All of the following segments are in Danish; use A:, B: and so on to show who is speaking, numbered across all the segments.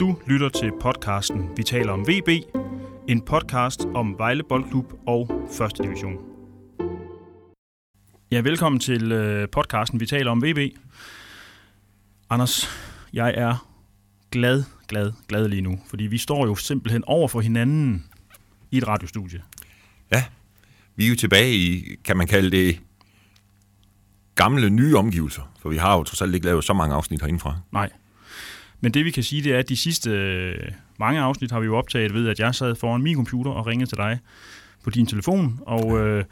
A: Du lytter til podcasten Vi taler om VB, en podcast om Vejle Boldklub og 1. division. Ja, velkommen til øh, podcasten Vi taler om VB. Anders, jeg er glad, glad, glad lige nu, fordi vi står jo simpelthen over for hinanden i et radiostudie.
B: Ja, vi er jo tilbage i, kan man kalde det, gamle, nye omgivelser. For vi har jo trods alt ikke lavet så mange afsnit herindefra.
A: Nej. Men det vi kan sige, det er, at de sidste øh, mange afsnit har vi jo optaget ved, at jeg sad foran min computer og ringede til dig på din telefon, og øh,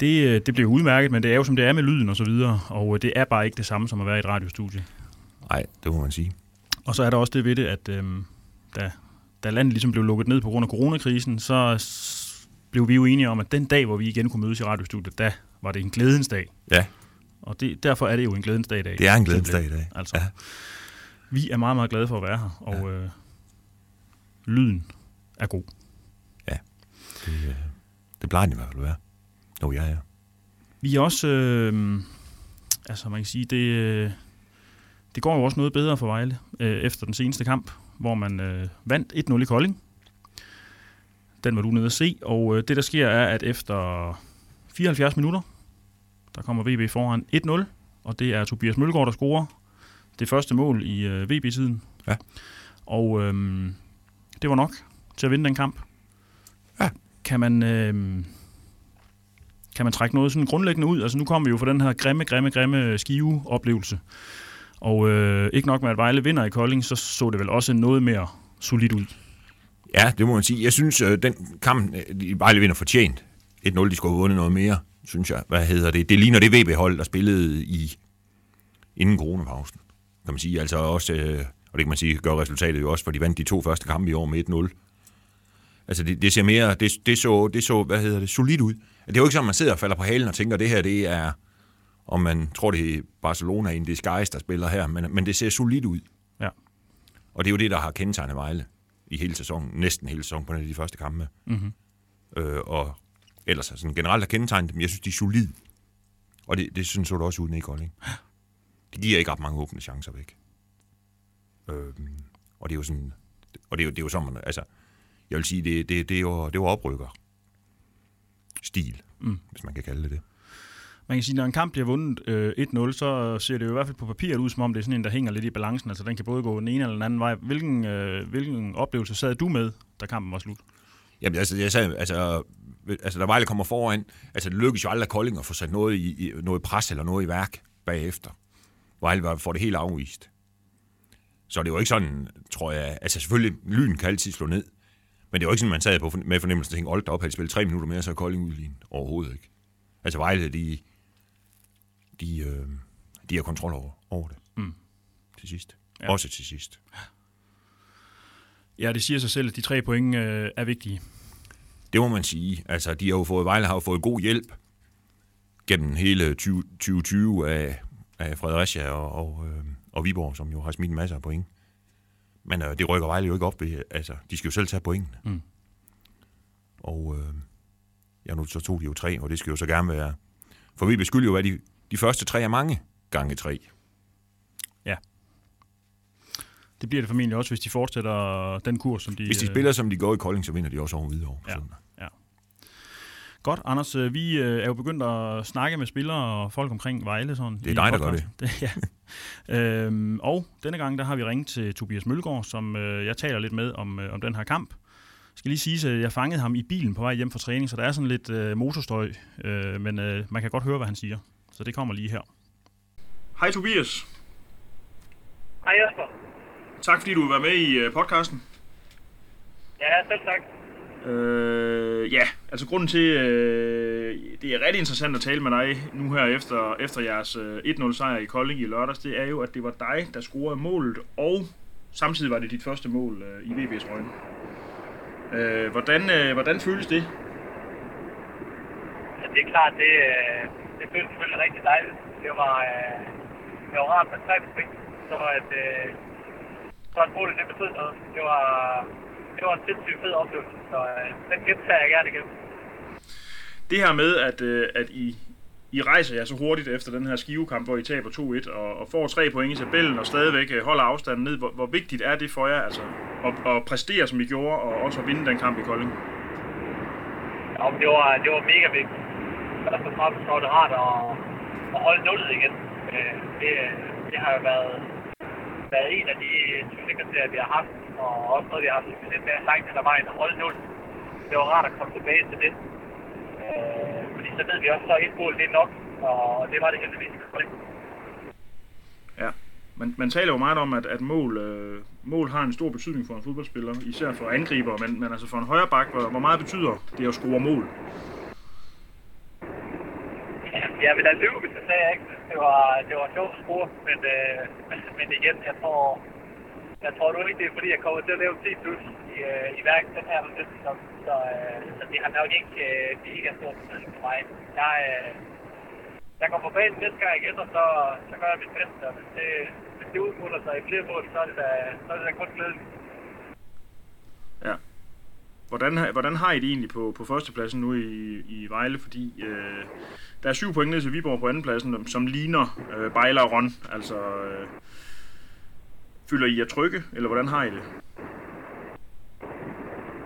A: det, øh, det blev udmærket, men det er jo som det er med lyden og så videre, og øh, det er bare ikke det samme som at være i et radiostudie.
B: Nej, det må man sige.
A: Og så er der også det ved det, at øh, da, da landet ligesom blev lukket ned på grund af coronakrisen, så s- blev vi jo enige om, at den dag, hvor vi igen kunne mødes i radiostudiet, da var det en glædens dag.
B: Ja,
A: Og det, derfor er det jo en glædens dag i dag.
B: det er en glædens dag i
A: Simpelthen.
B: dag.
A: Altså.
B: Ja.
A: Vi er meget, meget glade for at være her, og ja. øh, lyden er god.
B: Det, øh, det plejer den i hvert fald at være. Jo, jeg er.
A: Vi er også, øh, altså man kan sige, det, øh, det går jo også noget bedre for Vejle øh, efter den seneste kamp, hvor man øh, vandt 1-0 i Kolding. Den var du nede at se, og øh, det der sker er, at efter 74 minutter, der kommer VB foran 1-0, og det er Tobias Mølgaard, der scorer det første mål i øh, VB-tiden.
B: Ja.
A: Og øh, det var nok til at vinde den kamp.
B: Ja.
A: Kan man... Øh, kan man trække noget sådan grundlæggende ud? Altså nu kommer vi jo fra den her grimme, grimme, grimme skive-oplevelse. Og øh, ikke nok med, at Vejle vinder i Kolding, så så det vel også noget mere solidt ud.
B: Ja, det må man sige. Jeg synes, øh, den kamp, øh, de Vejle vinder fortjent. 1-0, de skulle have vundet noget mere, synes jeg. Hvad hedder det? Det ligner det VB-hold, der spillede i inden coronapausen, kan man sige. Altså også, øh, og det kan man sige, gør resultatet jo også, for de vandt de to første kampe i år med 1-0. Altså det, det ser mere, det, det, så, det så, hvad hedder det, solidt ud. Det er jo ikke sådan, man sidder og falder på halen og tænker, det her det er, om man tror, det er Barcelona in disguise, der spiller her, men, men det ser solidt ud.
A: Ja.
B: Og det er jo det, der har kendetegnet Vejle i hele sæsonen, næsten hele sæsonen på en af de første kampe.
A: Mhm.
B: Øh, og ellers altså, sådan generelt har kendetegnet dem, jeg synes, de er solid. Og det, det synes så det også ud nede i Kolding. De giver ikke ret mange åbne chancer væk. Øh, og det er jo sådan, og det er jo, det er jo sådan, man- altså, jeg vil sige, det, det, det, er, jo, det er jo oprykker. Stil, mm. hvis man kan kalde det det.
A: Man kan sige, at når en kamp bliver vundet øh, 1-0, så ser det jo i hvert fald på papiret ud, som om det er sådan en, der hænger lidt i balancen. Altså den kan både gå den ene eller den anden vej. Hvilken, øh, hvilken oplevelse sad du med, da kampen var slut?
B: Jamen, altså, jeg sagde, altså, altså, der Vejle kommer foran, altså, det lykkes jo aldrig Kolding at få sat noget, i, i, noget pres eller noget i værk bagefter. Vejle var- får det helt afvist. Så det var ikke sådan, tror jeg, altså selvfølgelig, lyden kan altid slå ned, men det var ikke sådan, man sad på, med fornemmelsen og tænkte, hold da op, havde de spillet tre minutter mere, så er Kolding udlignet. Overhovedet ikke. Altså Vejle, de, de, øh, de har kontrol over, over det. Mm. Til sidst.
A: Ja.
B: Ja. Også til sidst.
A: Ja, det siger sig selv, at de tre point øh, er vigtige.
B: Det må man sige. Altså, de har jo fået, Vejle har jo fået god hjælp gennem hele 20, 2020 af, af Fredericia og, og, øh, og Viborg, som jo har smidt en masse af point. Men øh, det rykker Vejle jo ikke op ved. Altså, de skal jo selv tage pointene.
A: Mm.
B: Og øh, ja, nu så tog de jo tre, og det skal jo så gerne være... For vi beskylder jo, at de, de første tre er mange gange tre.
A: Det bliver det formentlig også, hvis de fortsætter den kurs, som de...
B: Hvis de
A: øh,
B: spiller, som de går i Kolding, så vinder de også over Hvidovre. på
A: Ja.
B: søndag.
A: Godt, Anders. øh, Vi øh, er jo begyndt at snakke med spillere og folk omkring Vejle. Sådan,
B: Det er
A: i
B: dig, der gør
A: podcasten. det ja. øhm, og denne gang, der har vi ringet til Tobias Mølgaard, som øh, jeg taler lidt med om, øh, om den her kamp. Jeg skal lige sige, at jeg fangede ham i bilen på vej hjem fra træning, så der er sådan lidt øh, motorstøj, øh, men øh, man kan godt høre, hvad han siger. Så det kommer lige her. Hej Tobias.
C: Hej Jesper.
A: Tak fordi du vil være med i øh, podcasten.
C: Ja, selv tak.
A: Øh, ja, altså grunden til, øh, det er rigtig interessant at tale med dig nu her efter, efter jeres øh, 1-0 sejr i Kolding i lørdags, det er jo, at det var dig, der scorede målet, og samtidig var det dit første mål øh, i VB's Røgne. Øh, hvordan, øh, hvordan føles det?
C: Ja, det er klart, det, øh, det føles selvfølgelig rigtig dejligt. Det var, øh, det var rart med tre point, så at, øh, så at bruge det, det betød noget. Det var, det var en sindssygt fed oplevelse, så øh, den gentager jeg gerne igen.
A: Det her med, at, øh, at I I rejser jer så hurtigt efter den her skivekamp, hvor I taber 2-1 og, og får tre point i tabellen og stadigvæk øh, holder afstanden ned. Hvor, hvor vigtigt er det for jer altså, at, at præstere, som I gjorde, og også at vinde den kamp i Kolding?
C: Ja, men det var, det var mega vigtigt. Først og fremmest var det rart at, at holde nullet igen. Øh, Det, det har jo været, været en af de succeskriterier, vi har haft, og også noget, vi har haft lidt mere langt hen ad vejen at holde nullet. Det var rart at komme tilbage til det. Øh, Fordi så ved vi også, så et mål det er nok, og det var det heldigvis. i Kolding.
A: Ja. Man, man taler jo meget om, at, at mål, øh, mål har en stor betydning for en fodboldspiller, især for angriber, men, men altså for en højre bak, hvor, hvor meget betyder det at score mål?
C: Jeg vil da lyve, altså, hvis jeg sagde, at jeg ikke synes, det var, det var sjovt at score, men, øh, men igen, jeg tror, jeg tror nu ikke, det er fordi, jeg kommer til at lave 10 plus i, øh, i hverken den her eller næste sæson, så, øh, så det har nok ikke øh, mega stor betydning for mig. Jeg, øh, jeg går på banen næste gang igen, og så, så gør jeg mit bedste, og hvis det, hvis det udmutter sig i flere mål, så er det da, så er det da kun glædeligt.
A: Ja. Hvordan, har- hvordan har I det egentlig på, på førstepladsen nu i, i Vejle? Fordi øh, der er syv point ned til Viborg på andenpladsen, som ligner øh, Bejler og Ron. Altså, øh, fylder I jer trygge, eller hvordan har I det?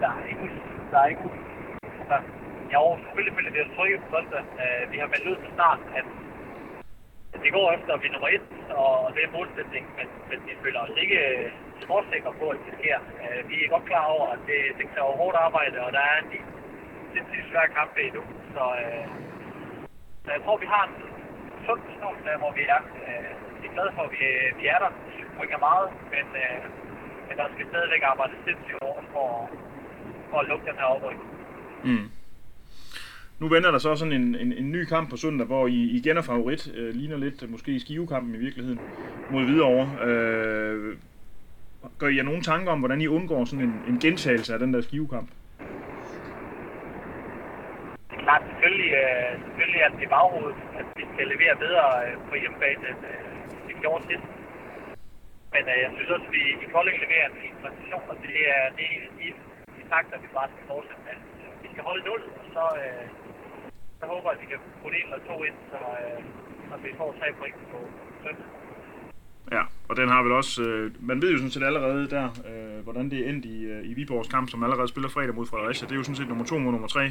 C: Der er ikke, der er ikke, der, jo, selvfølgelig føler vi os trygge på onsdag. Øh, vi har meldt ud fra start, at, at det går efter, at vi er nummer et, og det er målsætningen, men, men vi føler os ikke øh, skråsikre på, at det sker. Øh, vi er godt klar over, at det, det kræver hårdt arbejde, og der er en sindssygt svær kampe endnu, så, øh, så jeg tror, vi har en sund forståelse af, hvor vi er. Øh, vi er glade for, at vi, øh, vi er der. Syv point er meget, men, øh, men der skal stadigvæk arbejde sindssygt hårdt for, for at lukke den her oprykning.
A: Mm. Nu vender der så sådan en, en, en ny kamp på søndag, hvor I igen er favorit. Øh, ligner lidt øh, måske skivekampen i virkeligheden mod Hvidovre. Øh, gør I jer nogle tanker om, hvordan I undgår sådan en, en gentagelse af den der skivekamp?
C: Det er klart, selvfølgelig, øh, selvfølgelig er det i baghovedet, at vi skal levere bedre øh, på hjemmebane, end øh, vi gjorde sidst. Men øh, jeg synes også, at vi i Kolding leverer en fin præstation, og det er, det er en af de, de takter, vi bare skal fortsætte med. Vi skal holde nullet, og så, øh, så håber jeg, at vi kan putte en eller to ind, så, øh, så vi får tre point på søndag.
A: Ja, og den har vel også... Øh, man ved jo sådan set allerede der, øh, hvordan det er endt i, øh, i Viborgs kamp, som allerede spiller fredag mod Fredericia. Det er jo sådan set nummer to mod nummer tre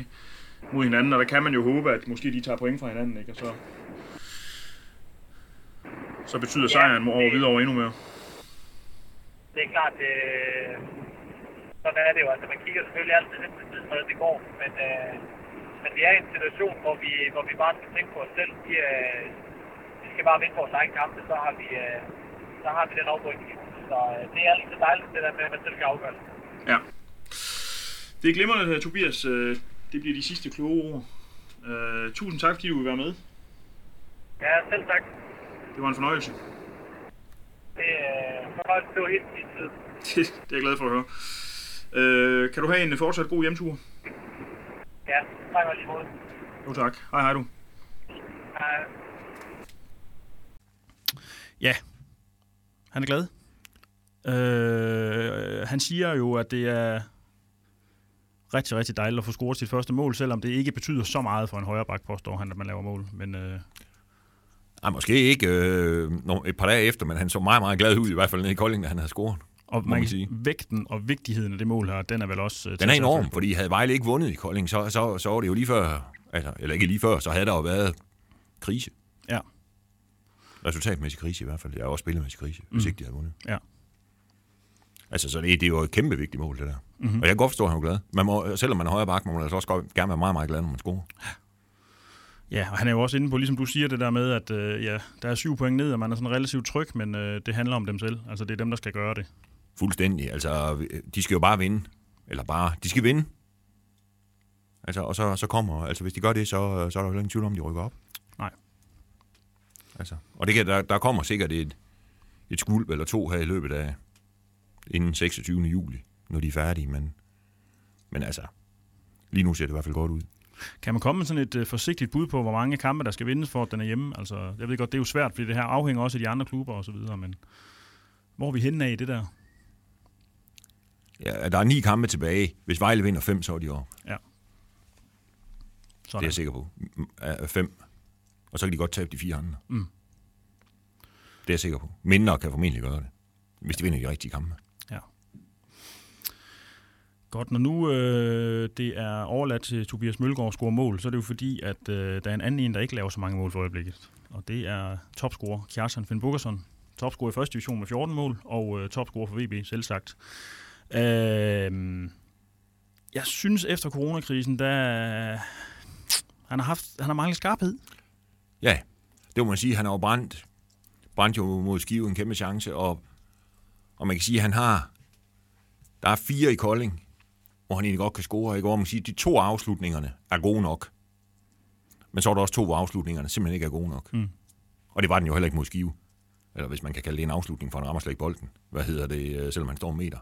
A: mod hinanden, og der kan man jo håbe, at måske de tager point fra hinanden, ikke? Og så, så betyder sejren over
C: det-
A: Hvidovre endnu mere.
C: det er klart, øh, sådan er det jo. Altså, man kigger selvfølgelig altid lidt til tid, hvordan det går, men, øh, men vi er i en situation, hvor vi, hvor vi bare skal tænke på os selv. Vi, øh, vi skal bare vinde vores egen kampe, så har vi, øh, så har vi den oprykning. Så øh, det er altid dejligt, det der med, at man selv kan afgøre det.
A: Ja. Det er glimrende, her, Tobias. Øh, Det bliver de sidste kloge ord. Øh, tusind tak, fordi du vil være med.
C: Ja, selv tak.
A: Det var en fornøjelse.
C: Det, øh, fornøjelse, det var helt min tid.
A: Det, det er jeg glad for at høre. Øh, kan du have en fortsat god hjemtur?
C: Ja, tak og lige måde.
A: Jo tak. Hej hej du.
C: Hej.
D: Ja, han er glad. Øh, han siger jo, at det er rigtig, rigtig dejligt at få scoret sit første mål, selvom det ikke betyder så meget for en højre bak, påstår han, at man laver mål. Men øh,
B: Ej, måske ikke øh, no, et par dage efter, men han så meget, meget glad ud, i hvert fald nede i Kolding, da han havde scoret.
D: og
B: Må
D: man
B: man
D: kan,
B: sige.
D: vægten og vigtigheden af det mål her, den er vel også... Øh, til
B: Den
D: at
B: er
D: tage
B: enorm,
D: fat på.
B: fordi havde Vejle ikke vundet i Kolding, så, så, så var det jo lige før, altså, eller ikke lige før, så havde der jo været krise.
D: Ja.
B: Resultatmæssig krise i hvert fald. Jeg har også spillemæssig krise, mm. hvis ikke de havde vundet.
D: Ja.
B: Altså, så det, det er jo et kæmpe vigtigt mål, det der.
D: Mhm.
B: Mm-hmm. Og jeg kan godt forstå, at han er glad. Man må, selvom man er højre bak, må man altså også godt, gerne være meget, meget glad, når man scorer.
D: Ja, og han er jo også inde på, ligesom du siger det der med, at øh, ja, der er syv point ned, og man er sådan relativt tryg, men øh, det handler om dem selv. Altså, det er dem, der skal gøre det.
B: Fuldstændig. Altså, de skal jo bare vinde. Eller bare, de skal vinde. Altså, og så, så kommer, altså hvis de gør det, så, så er der jo ingen tvivl om, de rykker op.
D: Nej.
B: Altså, og det kan, der, der kommer sikkert et, et skuld eller to her i løbet af inden 26. juli, når de er færdige, men, men altså, lige nu ser det i hvert fald godt ud.
D: Kan man komme med sådan et øh, forsigtigt bud på, hvor mange kampe, der skal vindes for, at den er hjemme? Altså, jeg ved godt, det er jo svært, fordi det her afhænger også af de andre klubber og så videre, men hvor er vi henne af i det der?
B: Ja, der er ni kampe tilbage. Hvis Vejle vinder fem, så er de over.
D: Ja.
B: Det er
D: Sådan.
B: jeg sikker på. M- m- af- af Fem. og så kan de godt tabe de fire andre.
A: Mm.
B: Det er jeg sikker på. Mindre kan formentlig gøre det, hvis de vinder de rigtige kampe.
A: Godt, når nu øh, det er overladt til Tobias Mølgaard at score mål, så er det jo fordi, at øh, der er en anden en, der ikke laver så mange mål for øjeblikket. Og det er topscorer Kjartan Finn Bukkerson. Topscorer i første division med 14 mål, og øh, topscorer for VB, selv sagt. Øh, Øhm, jeg synes, efter coronakrisen, der... Han har, haft, han har manglet skarphed.
B: Ja, det må man sige. Han har jo brændt, brændt jo mod Skive en kæmpe chance, og, og man kan sige, at han har, der er fire i Kolding, hvor han egentlig godt kan score, ikke? Og man kan sige, at de to afslutningerne er gode nok. Men så er der også to, hvor afslutningerne simpelthen ikke er gode nok.
A: Mm.
B: Og det var den jo heller ikke mod Skive. Eller hvis man kan kalde det en afslutning, for han rammer slet ikke bolden. Hvad hedder det, øh, selvom han står en meter?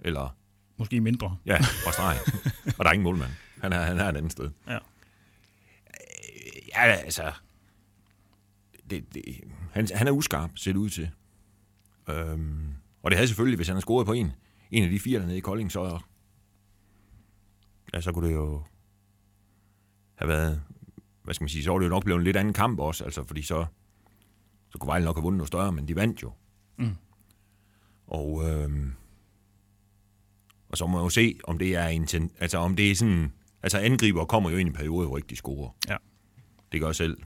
B: Eller
A: Måske mindre.
B: Ja, fra stregen. og der er ingen målmand. Han er, han er et andet sted.
A: Ja.
B: Øh, ja, altså... Det, det, han, han er uskarp, ser det ud til. Øhm, og det havde selvfølgelig, hvis han havde scoret på en, en af de fire dernede i Kolding, så, ja, så kunne det jo have været... Hvad skal man sige? Så var det jo nok blevet en lidt anden kamp også, altså, fordi så, så kunne Vejle nok have vundet noget større, men de vandt jo.
A: Mm.
B: Og... Øhm, og så må man jo se, om det er en ten, altså om det er sådan, altså angriber kommer jo ind i en periode, hvor ikke de scorer.
A: Ja.
B: Det gør selv.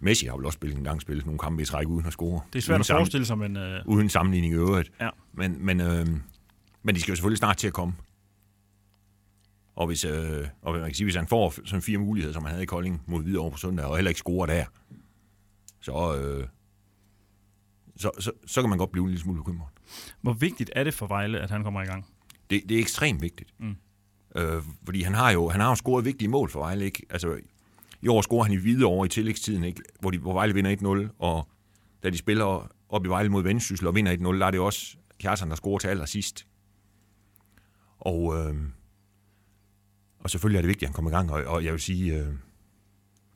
B: Messi har vel også spillet en gang spillet nogle kampe i træk uden at score.
A: Det er svært
B: uden
A: at forestille sig, men øh,
B: Uden sammenligning i øvrigt.
A: Ja.
B: Men, men, øh, men de skal jo selvfølgelig snart til at komme. Og hvis, øh, og man kan sige, hvis han får sådan fire muligheder, som han havde i Kolding mod Hvidovre på søndag, og heller ikke scorer der, så, øh, så, så, så kan man godt blive en lille smule bekymret.
A: hvor vigtigt er det for Vejle, at han kommer i gang?
B: Det, det er ekstremt vigtigt.
A: Mm.
B: Mm. Øh, fordi han har jo han har jo scoret vigtige mål for Vejle. Ikke? Altså, I år scorer han i hvide over i tillægstiden, ikke? Hvor, de, hvor Vejle vinder 1-0, og da de spiller op i Vejle mod Vendsyssel og vinder 1-0, der er det også Kjartan, der scorer til allersidst. Og, øh, og selvfølgelig er det vigtigt, at han kommer i gang, og, og jeg vil sige, øh,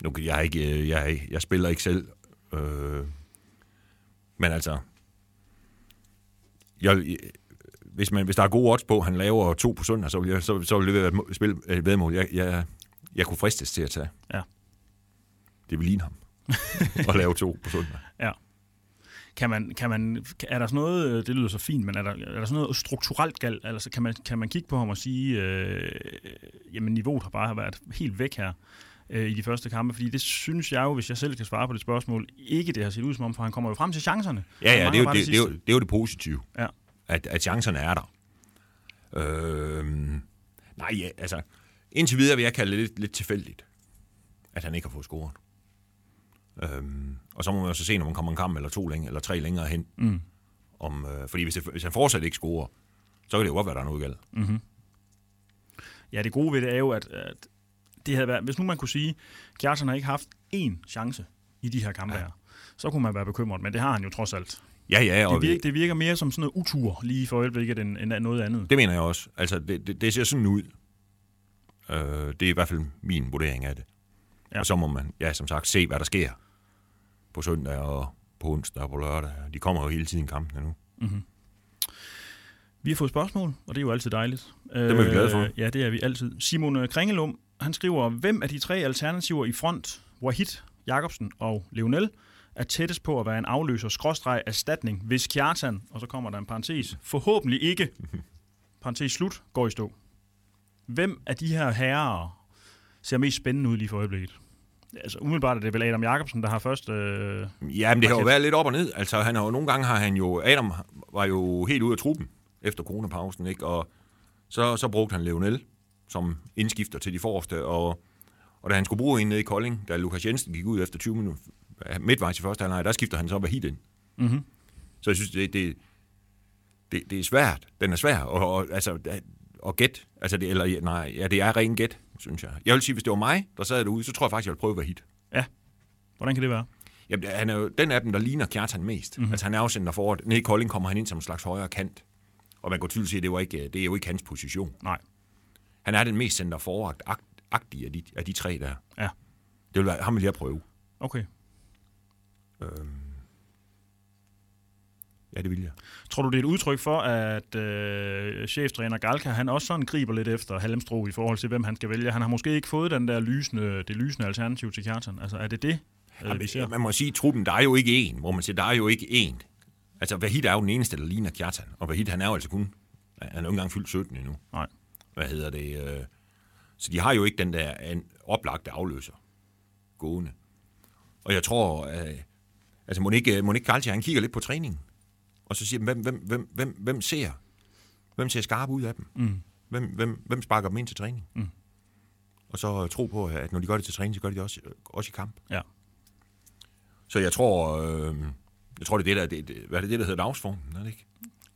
B: nu, kan- jeg, er ikke, øh, jeg, er ikke- jeg spiller ikke selv, øh, men altså, jeg, hvis, man, hvis der er gode odds på, at han laver to på søndag, så vil, jeg, så, så vil det være et må- spil, et vedmål, jeg, jeg, jeg kunne fristes til at tage.
A: Ja.
B: Det vil ligne ham at lave to på søndag.
A: Kan man, kan man, er der sådan noget, øh, det lyder så fint, men er der, er der sådan noget strukturelt galt? Altså, kan, man, kan man kigge på ham og sige, øh, jamen niveauet har bare været helt væk her øh, i de første kampe? Fordi det synes jeg jo, hvis jeg selv kan svare på det spørgsmål, ikke det har set ud som om, for han kommer jo frem til chancerne. Han
B: Ja, ja, det
A: mangler
B: er, jo,
A: bare
B: det, det, er jo,
A: sidste.
B: det er jo det positive.
A: Ja.
B: At, at chancerne er der. Øhm, nej, ja, altså, indtil videre vil jeg kalde det lidt, lidt tilfældigt, at han ikke har fået scoret. Øhm, og så må man jo så se, når man kommer en kamp eller to længere, eller tre længere hen.
A: Mm.
B: Om, øh, fordi hvis, det, hvis han fortsat ikke scorer, så kan det jo godt være, der er noget galt.
A: Ja, det gode ved det er jo, at, at det havde været, hvis nu man kunne sige, Kjartan har ikke haft én chance i de her kampe ja. her, så kunne man være bekymret, men det har han jo trods alt.
B: Ja, ja, og
A: Det
B: vi-
A: virker, det virker mere som sådan noget utur lige for øjeblikket end, end noget andet.
B: Det mener jeg også. Altså, det, det, det ser sådan ud. Øh, det er i hvert fald min vurdering af det.
A: Ja.
B: Ja. Og så må man, ja, som sagt, se, hvad der sker på søndag og på onsdag og på lørdag. De kommer jo hele tiden kampene nu.
A: Vi har fået spørgsmål, og det er jo altid dejligt. Det
B: er vi glade for.
A: Ja, det er vi altid. Simon øh, Kringelum, han skriver, hvem af de tre alternativer i front, Wahid, Jakobsen og Lionel, er tættest på at være en afløser skråstreg erstatning, hvis Kjartan, og så kommer der en parentes, forhåbentlig ikke, parentes slut, går i stå. Hvem af de her herrer ser mest spændende ud lige for øjeblikket? Altså umiddelbart er det vel Adam Jakobsen, der har først... Øh,
B: Ja, men det har jo
A: Okay.
B: været lidt op og ned. Altså, han har jo, nogle gange har han jo... Adam var jo helt ude af truppen efter coronapausen, ikke? Og så, så brugte han Lionel som indskifter til de forreste, og, og da han skulle bruge en nede i Kolding, da Lukas Jensen gik ud efter 20 minutter midtvejs i første halvleg, der skifter han så Vahid ind.
A: Mhm.
B: Så jeg synes, det, det, det, det er svært. Den er svær. Og, og, altså, at- og gæt. Altså, det, eller, nej, ja, det er ren gæt, synes jeg. Jeg vil sige, hvis det var mig, der sad derude, så tror jeg faktisk, jeg ville prøve Vahid.
A: hvordan kan det være?
B: Jamen, han er jo den af dem, der ligner Kjartan mest. Mm-hmm. Altså, han er afsender foråret. Nede i Kolding kommer han ind som en slags højre kant. Og man kan tydeligt se, at det, var ikke, det er jo ikke hans position.
A: Nej.
B: Han er den mest center foragt agtige af de, af de tre der.
A: Ja.
B: Det vil være, ham vil jeg prøve.
A: Okay.
B: Øhm. Ja, det vil jeg.
A: Tror du, det er et udtryk for, at øh, cheftræner Galka, han også sådan griber lidt efter Halmstro i forhold til, hvem han skal vælge? Han har måske ikke fået den der lysende, det lysende alternativ til Kjartan. Altså, er det det, øh, vi ser?
B: Jamen, man må sige, at truppen, der er jo ikke en, hvor man siger, der er jo ikke en. Altså, Vahid er jo den eneste, der ligner Kjartan, og Vahid, han er jo altså kun, han er jo ikke engang fyldt 17 endnu.
A: Nej.
B: Hvad hedder det? øh, Så de har jo ikke den der an- oplagte afløser gående. Og jeg tror, øh, altså, må ikke, må ikke Galtia, han kigger lidt på træningen, og så siger, hvem, hvem, hvem, hvem, hvem ser, hvem ser skarp ud af dem? Mm. Hvem, hvem, hvem sparker dem ind til træning? Mm. Og så øh, tro på, at når de gør det til træning, så gør de det også, øh, også i kamp.
A: Ja.
B: Så jeg tror, øh, jeg tror det er det, der, det, det, hvad er det, det der hedder dagsformen, er det ikke?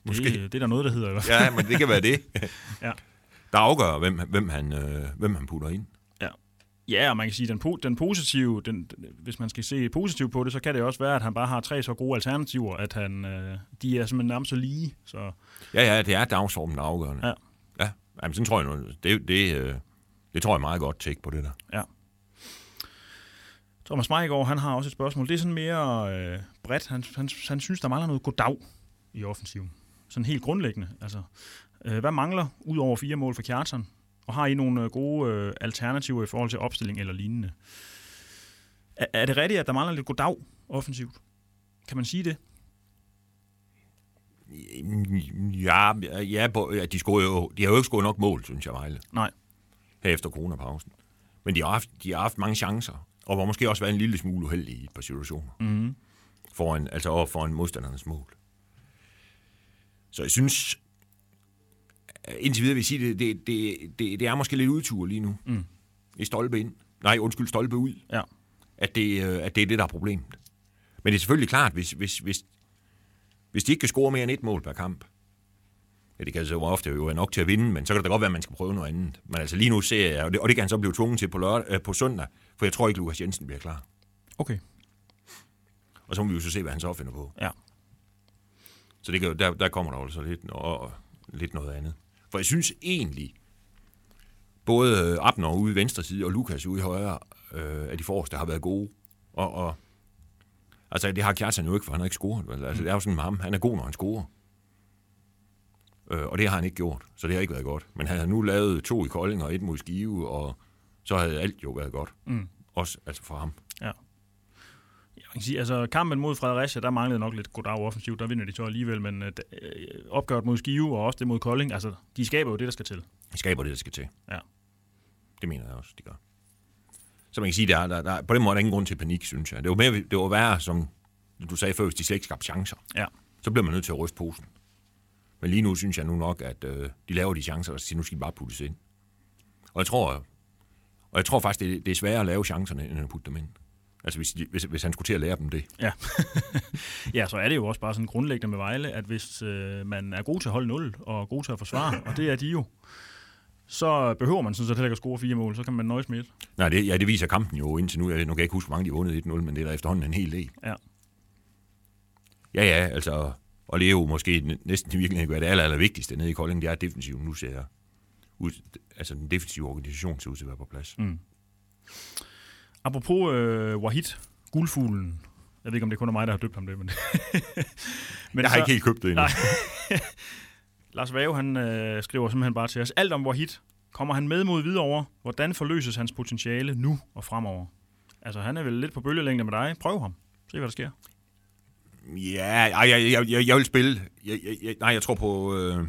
B: Måske.
A: Det, det er der noget, der hedder. Eller? Ja.
B: Ja, men det kan være det.
A: Ja.
B: Der afgør, hvem, hvem, han, øh, hvem han putter ind.
A: ja, og man kan sige, den, po- den positive, den, den- hvis man skal se positivt på det, så kan det også være, at han bare har tre så gode alternativer, at han, øh, de er simpelthen nærmest så lige. Så
B: Ja, ja, det er dagsformen, der er afgørende.
A: Ja.
B: ja. Jamen, sådan tror jeg nu, det, det, øh, det tror jeg er meget godt tjek på det der.
A: Thomas Meigård, han har også et spørgsmål. Det er sådan mere øh, bredt. Han, han, han synes, der mangler noget goddag i offensiven. Sådan helt grundlæggende. Altså, øh, hvad mangler ud over fire mål for Kjartan? Og har I nogle øh, gode øh, alternativer i forhold til opstilling eller lignende? Er, er det rigtigt, at der mangler lidt goddag offensivt? Kan man sige det?
B: Ja, ja, på- ja de, scorede jo, de har jo ikke scoret nok mål, synes jeg, Vejle,
A: Nej.
B: her efter coronapausen. Men de har, haft, de har haft mange chancer, og har måske også været en lille smule uheldige i et par situationer. Mm-hmm. Foran, altså over foran modstandernes mål. Så jeg synes, øh, indtil videre vil jeg sige, det, det, det, det, det er måske lidt udtur lige nu. Mm. I stolpe ind. Nej, undskyld, stolpe ud
A: Ja.
B: at det, øh, at det er det, der er problemet. Men det er selvfølgelig klart, hvis, hvis, hvis, hvis de ikke kan score mere end et mål per kamp, ja, det kan så ofte jo være nok til at vinde, men så kan det da godt være, at man skal prøve noget andet. Men altså lige nu ser jeg, og det, og det kan han så blive tvunget til på, lørdag, øh, på søndag, for jeg tror ikke, Lukas Jensen bliver klar.
A: Okay.
B: Og så må vi jo så se, hvad han så finder på.
A: Ja.
B: Så det kan, jo- der, der kommer der altså lidt, og, og, lidt noget andet. For jeg synes egentlig, både øh, Abner ude i venstre side og Lukas ude i højre, øh, af de forreste har været gode. Og, og, altså, det har Kjartan jo ikke, for han har ikke scoret. vel? Altså, det er jo sådan med ham. Han er god, når han scorer. Øh, og det har han ikke gjort, så det har ikke været godt. Men havde han nu lavet to i Kolding og et mod Skive, og så havde alt jo været godt. Mm. Også altså for ham.
A: Jeg kan sige, altså kampen mod Fredericia, der manglede nok lidt goddag offensivt, der vinder de så alligevel, men øh, d- øh, opgøret mod Skive og også det mod Kolding, altså de skaber jo det, der skal til.
B: De skaber det, der skal til.
A: Ja.
B: Det mener jeg også, de gør. Så man kan sige, der, der, der, på den måde er der ingen grund til panik, synes jeg. Det var, mere, det var værre, som du sagde før, hvis de slet ikke skabte chancer.
A: Ja.
B: Så bliver man nødt til at ryste posen. Men lige nu synes jeg nu nok, at øh, de laver de chancer, og så siger, nu skal de bare puttes ind. Og jeg tror, og jeg tror faktisk, det, det er sværere at lave chancerne, end at putte dem ind. Altså, hvis, de, hvis, hvis han skulle til at lære dem det.
A: Ja. ja, så er det jo også bare sådan grundlæggende med Vejle, at hvis øh, man er god til at holde 0 og god til at forsvare, og det er de jo, så behøver man sådan set heller ikke at score fire mål, så kan man nøjes med et.
B: Nej, det, ja, det viser kampen jo indtil nu. Jeg, nu kan jeg ikke huske, hvor mange de har vundet 1-0, men det er der efterhånden en hel del.
A: Ja.
B: Ja, ja, altså, og det er jo måske næ- næsten i virkeligheden hvad det aller, aller vigtigste nede i Kolding, det er at defensiven nu ser ud, altså den defensive organisation ser ud til at være på plads. Mm.
A: Apropos øh, Wahid, guldfuglen. Jeg ved ikke, om det kun er mig, der har døbt ham det, men... men
B: Jeg har ikke helt købt det endnu.
A: Nej. Lars Vave, han øh, skriver simpelthen bare til os, alt om Wahid. Kommer han med mod Hvidovre? Hvordan forløses hans potentiale nu og fremover? Altså, han er vel lidt på bølgelængde med dig. Prøv ham. Se, hvad der sker.
B: Ja, ej, jeg, jeg, jeg, jeg vil spille. Jeg, jeg, jeg, nej, jeg tror på... Øh,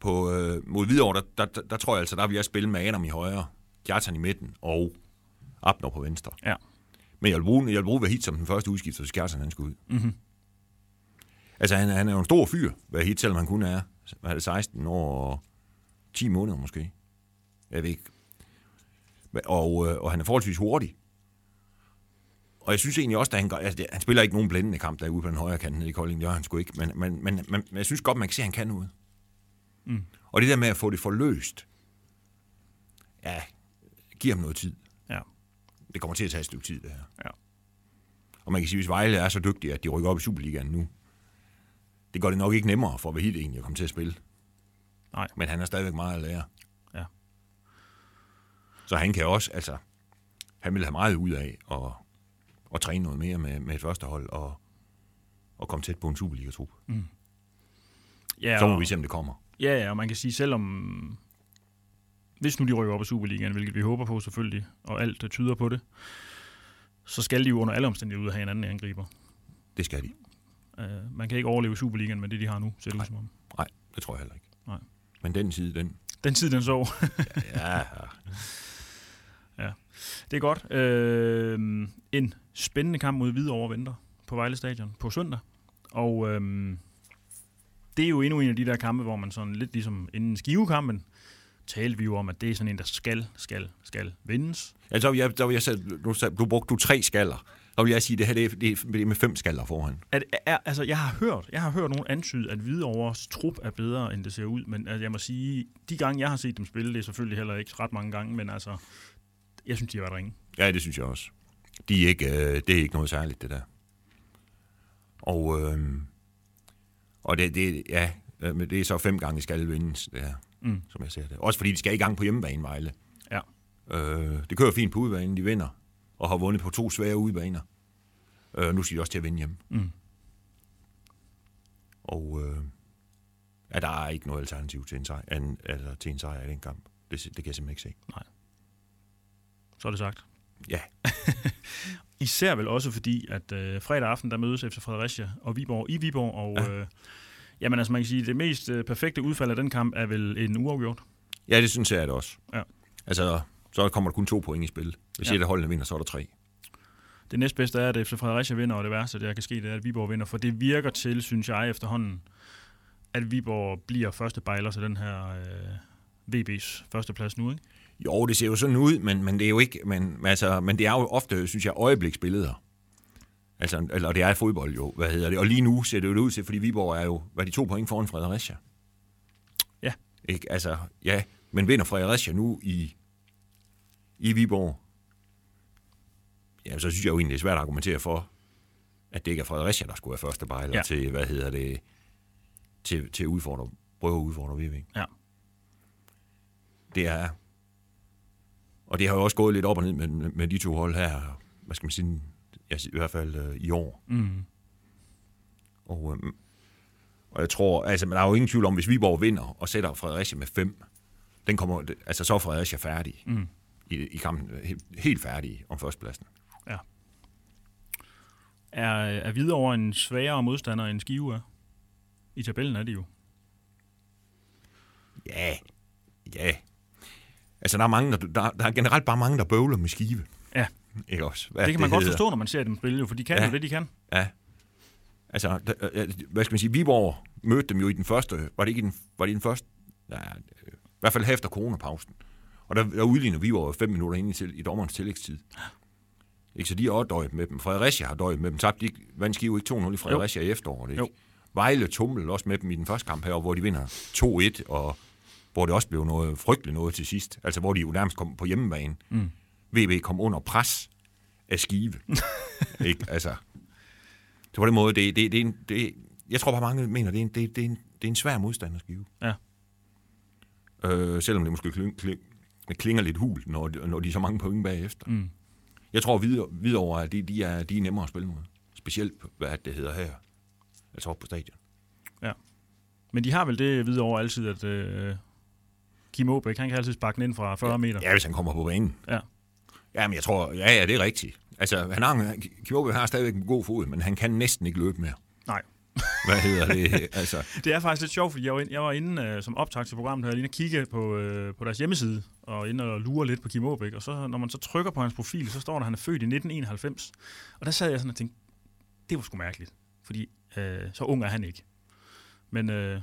B: på øh, mod Hvidovre, der, der, der, tror jeg altså, der vil jeg spille med Adam i højre, Kjartan i midten og Abner på venstre.
A: Ja.
B: Men jeg vil bruge, jeg vil bruge Vahid som den første udskifter, hvis Kjartan han skal ud. Mm-hmm. Altså, han, er- han er jo en stor fyr, Vahid, selvom han kun er hvad er det, 16 år og 10 måneder måske. Jeg ved ikke. Hva- Og, øh, og han er forholdsvis hurtig. Og jeg synes egentlig også, at han, gør, altså, det- han spiller ikke nogen blændende kamp derude på den højre kant nede i Kolding. Det gør han sgu ikke. Men, men, men, men men jeg synes godt, man kan se, at han kan noget. Mm. Og det der med at få det forløst, ja, giver ham noget tid
A: Ja.
B: det kommer til at tage et stykke tid, det her.
A: Ja.
B: Og man kan sige, hvis Vejle er så dygtige, at de rykker op i Superligaen nu, det gør det nok ikke nemmere for Vahid egentlig at komme til at spille.
A: Nej.
B: Men han har stadigvæk meget at lære.
A: Ja.
B: Så han kan også, altså, han vil have meget ud af at, at træne noget mere med, med et første hold og, at komme tæt på en Superliga-trup.
A: Ja,
B: Så må
A: og-
B: vi se, om det kommer.
A: Ja, ja, og man kan sige, selvom... Hvis nu de rykker op i Superligaen, hvilket vi håber på selvfølgelig, og alt øh, tyder på det, så skal de jo under alle omstændigheder ud og have en anden angriber.
B: Det skal de.
A: Uh, man kan ikke overleve Superligaen med det, de har nu, ser det ud som om.
B: Nej, det tror jeg heller ikke.
A: Nej.
B: Men den side, den.
A: Den tid, den så.
B: Ja,
A: det er godt. Uh, en spændende kamp mod Hvidovre venter på Vejle Stadion på søndag. Og uh, det er jo endnu en af de der kampe, hvor man sådan lidt ligesom inden skivekampen, talte vi jo om, at det er sådan en, der skal, skal, skal vindes.
B: ja så vil jeg, Altså, der vil jeg sige, nu, sagde- nu brugte du tre skaller. Der vil jeg sige, det her det er, det er det er med fem skaller foran.
A: At, er, altså, jeg har hørt, jeg har hørt nogen antyde, at Hvidovres trup er bedre, end det ser ud, men altså, jeg må sige, de gange, jeg har set dem spille, det er selvfølgelig heller ikke ret mange gange, men altså, jeg synes, de har været ringe.
B: Ja, det synes jeg også. De er ikke, øh, det er ikke noget særligt, det der. Og, øh, og det, det, ja, øh, men det er så fem gange skal vindes, det her, mm. som jeg ser det. Også fordi de skal i gang på hjemmebane, Vejle.
A: Ja.
B: Øh, det kører fint på udbanen, de vinder, og har vundet på to svære udbaner. Øh, nu skal de også til at vinde hjemme.
A: Mm.
B: Og øh, ja, der er ikke noget alternativ til en sejr, an, altså, til en sejr i den kamp. Det, det kan jeg simpelthen ikke se.
A: Så er det sagt.
B: Ja,
A: Især vel også fordi, at øh, fredag aften, der mødes efter Fredericia og Viborg i Viborg, og ja. øh, jamen, altså, man kan sige, det mest øh, perfekte udfald af den kamp er vel en uafgjort.
B: ja det synes jeg det også.
A: Ja.
B: Altså, så kommer der kun to point i spil. Hvis
A: Ja.
B: ja. et af holdene vinder, så er der tre.
A: Det næstbedste er, at FC Fredericia vinder, og det værste, der kan ske, det er, at Viborg vinder. For det virker til, synes jeg efterhånden, at Viborg bliver første bejler til den her øh, VB's førsteplads nu. Ikke?
B: Jo, det ser jo sådan ud, men, men det er jo ikke, men, altså, men det er jo ofte, synes jeg, øjebliksbilleder. Altså, eller det er fodbold jo, hvad hedder det. Og lige nu ser det jo ud til, fordi Viborg er jo, hvad er de to point foran Fredericia.
A: Ja.
B: Ikke? Altså, ja, men vinder Fredericia nu i, i Viborg, ja, så synes jeg jo egentlig, det er svært at argumentere for, at det ikke er Fredericia, der skulle være første bejler
A: Ja.
B: ja. til, hvad hedder det, til, til at udfordre, prøve at udfordre VV.
A: Ja.
B: Det er... Og det har jo også gået lidt op og ned med, med de to hold her, hvad skal man sige, jeg, i hvert fald øh, i år.
A: Mm.
B: Og, øhm, og jeg tror, altså, men der er jo ingen tvivl om, hvis Viborg vinder og sætter Fredericia med fem, den kommer, altså så er Fredericia færdig
A: Mm.
B: i, i kampen, øh, helt, helt færdig om førstepladsen.
A: Er, øh, er Hvidovre en svagere modstander end Skive er? I tabellen er de jo.
B: Ja, ja. Altså, der er, mange, der, der, der er generelt bare mange, der bøvler med skive.
A: Ja.
B: Ikke også? Hvad
A: Ja, det kan man det godt
B: hedder.
A: forstå, når man ser dem spille, jo, for de kan ja.
B: Ja.
A: jo det, de kan.
B: Ja. Altså, der, øh, hvad skal man sige, Viborg mødte dem jo i den første, var det ikke i den, var det i den første, ja, øh, i hvert fald her efter coronapausen. Og der, der udligner Viborg fem minutter ind i, til, i dommerens tillægstid. Ikke, så de har også døjet med dem. Fredericia har døjet med dem. Tabte de ikke, vandt Skive ikke 2-0 i Fredericia i efteråret, ikke?
A: Jo.
B: Jo. Vejle tumlede også med dem i den første kamp her, hvor de vinder 2-1, og hvor det også blev noget frygteligt noget til sidst. Altså, hvor de jo nærmest kom på hjemmebane. Mm. VB kom under pres af Skive. ikke? Altså, så på den måde, det, det, det, er en- det, jeg tror bare, mange mener, det er en, det, det er en, det er en svær modstander at skive.
A: Ja.
B: Øh, selvom det måske kling, kling, det klinger lidt hul, når, de- når de er så mange point bagefter.
A: Mm.
B: Jeg tror videre, videre over, at de, de, er, de er nemmere at spille mod. Specielt, på, hvad det hedder her. Altså oppe på stadion.
A: Men de har vel det Hvidovre altid, at øh, Kim Aabæk, han kan altid sparke den ind fra 40 meter.
B: Ja, hvis han kommer på banen.
A: Ja.
B: Jamen, jeg tror, ja, ja, det er rigtigt. Altså, han har, Kim Aabæk har stadigvæk en god fod, men han kan næsten ikke løbe mere.
A: Nej.
B: Hvad hedder det? altså,
A: Det er faktisk lidt sjovt, fordi jeg var inde, jeg var inde øh, som optag til programmet her, lige at kigge på, øh, på deres hjemmeside, og inde og lure lidt på Kim Aabæk, og så, når man så trykker på hans profil, så står der, at han er født i 1991. Og der sad jeg sådan og tænkte, det var sgu mærkeligt, fordi øh, så ung er han ikke. Men øh,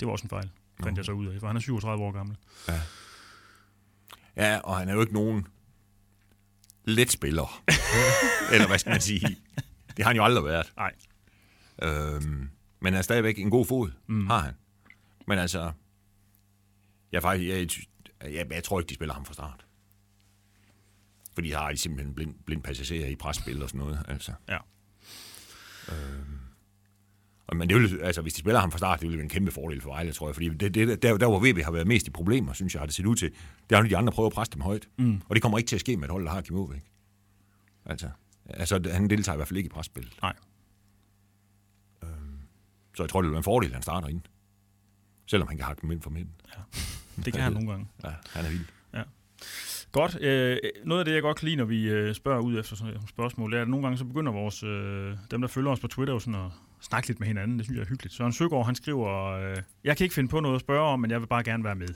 A: det var også en fejl, fandt jeg så ud af, for han er 37 år gammel.
B: Ja, og han er jo ikke nogen let spiller. Eller hvad skal man sige? Det har han jo aldrig været.
A: Nej.
B: Øhm, men han er stadigvæk en god fod, mm. har han. Men altså, jeg, er faktisk, jeg, jeg, jeg, jeg tror ikke, de spiller ham fra start. Fordi der har de simpelthen blind, blind passagerer i presspil og sådan noget. Altså. Øhm,
A: Ja.
B: Og, men det ville, altså, hvis de spiller ham fra start, det ville være en kæmpe fordel for Vejle, tror jeg. Fordi det, det, der, der, hvor VB har været mest i problemer, synes jeg, har det set ud til, det er, når de andre prøver at presse dem højt. Mm. Og det kommer ikke til at ske med et hold, der har Kim Aabæk. Altså, altså, han deltager i hvert fald ikke i presspillet.
A: Nej.
B: Så jeg tror, det vil være en fordel, at han starter inden. Selvom han kan hakke dem ind fra midten.
A: Det kan han nogle gange.
B: Ja, han er vild.
A: Godt. Øh, noget af det, jeg godt kan lide, når vi øh, spørger ud efter sådan nogle spørgsmål, det er, at nogle gange så begynder vores, øh, dem, der følger os på Twitter, jo sådan at snakke lidt med hinanden. Det synes jeg er hyggeligt. Søren Søgaard, han skriver, øh, jeg kan ikke finde på noget at spørge om, men jeg vil bare gerne være med.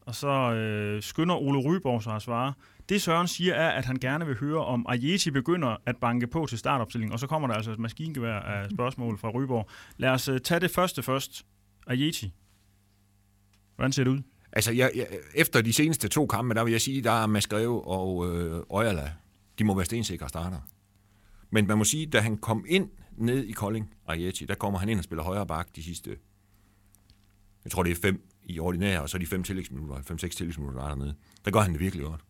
A: Og så øh, skynder Ole Ryborg sig at svare, det Søren siger er, at han gerne vil høre, om Ajeti begynder at banke på til startopstillingen. Og så kommer der altså et maskingevær af spørgsmål fra Ryborg. Lad os øh, tage det første først. Ajeti. Hvordan ser det ud?
B: Altså, jeg, jeg, efter de seneste to kampe, der vil jeg sige, der er Maskreve og øh, Øjerla, de må være stensikre starter. Men man må sige, da han kom ind ned i Kolding, Arieti, der kommer han ind og spiller højre bak de sidste, jeg tror det er fem i ordinære, og så de fem tillægsminutter, fem-seks tillægsminutter, der er dernede. Der gør han det virkelig godt.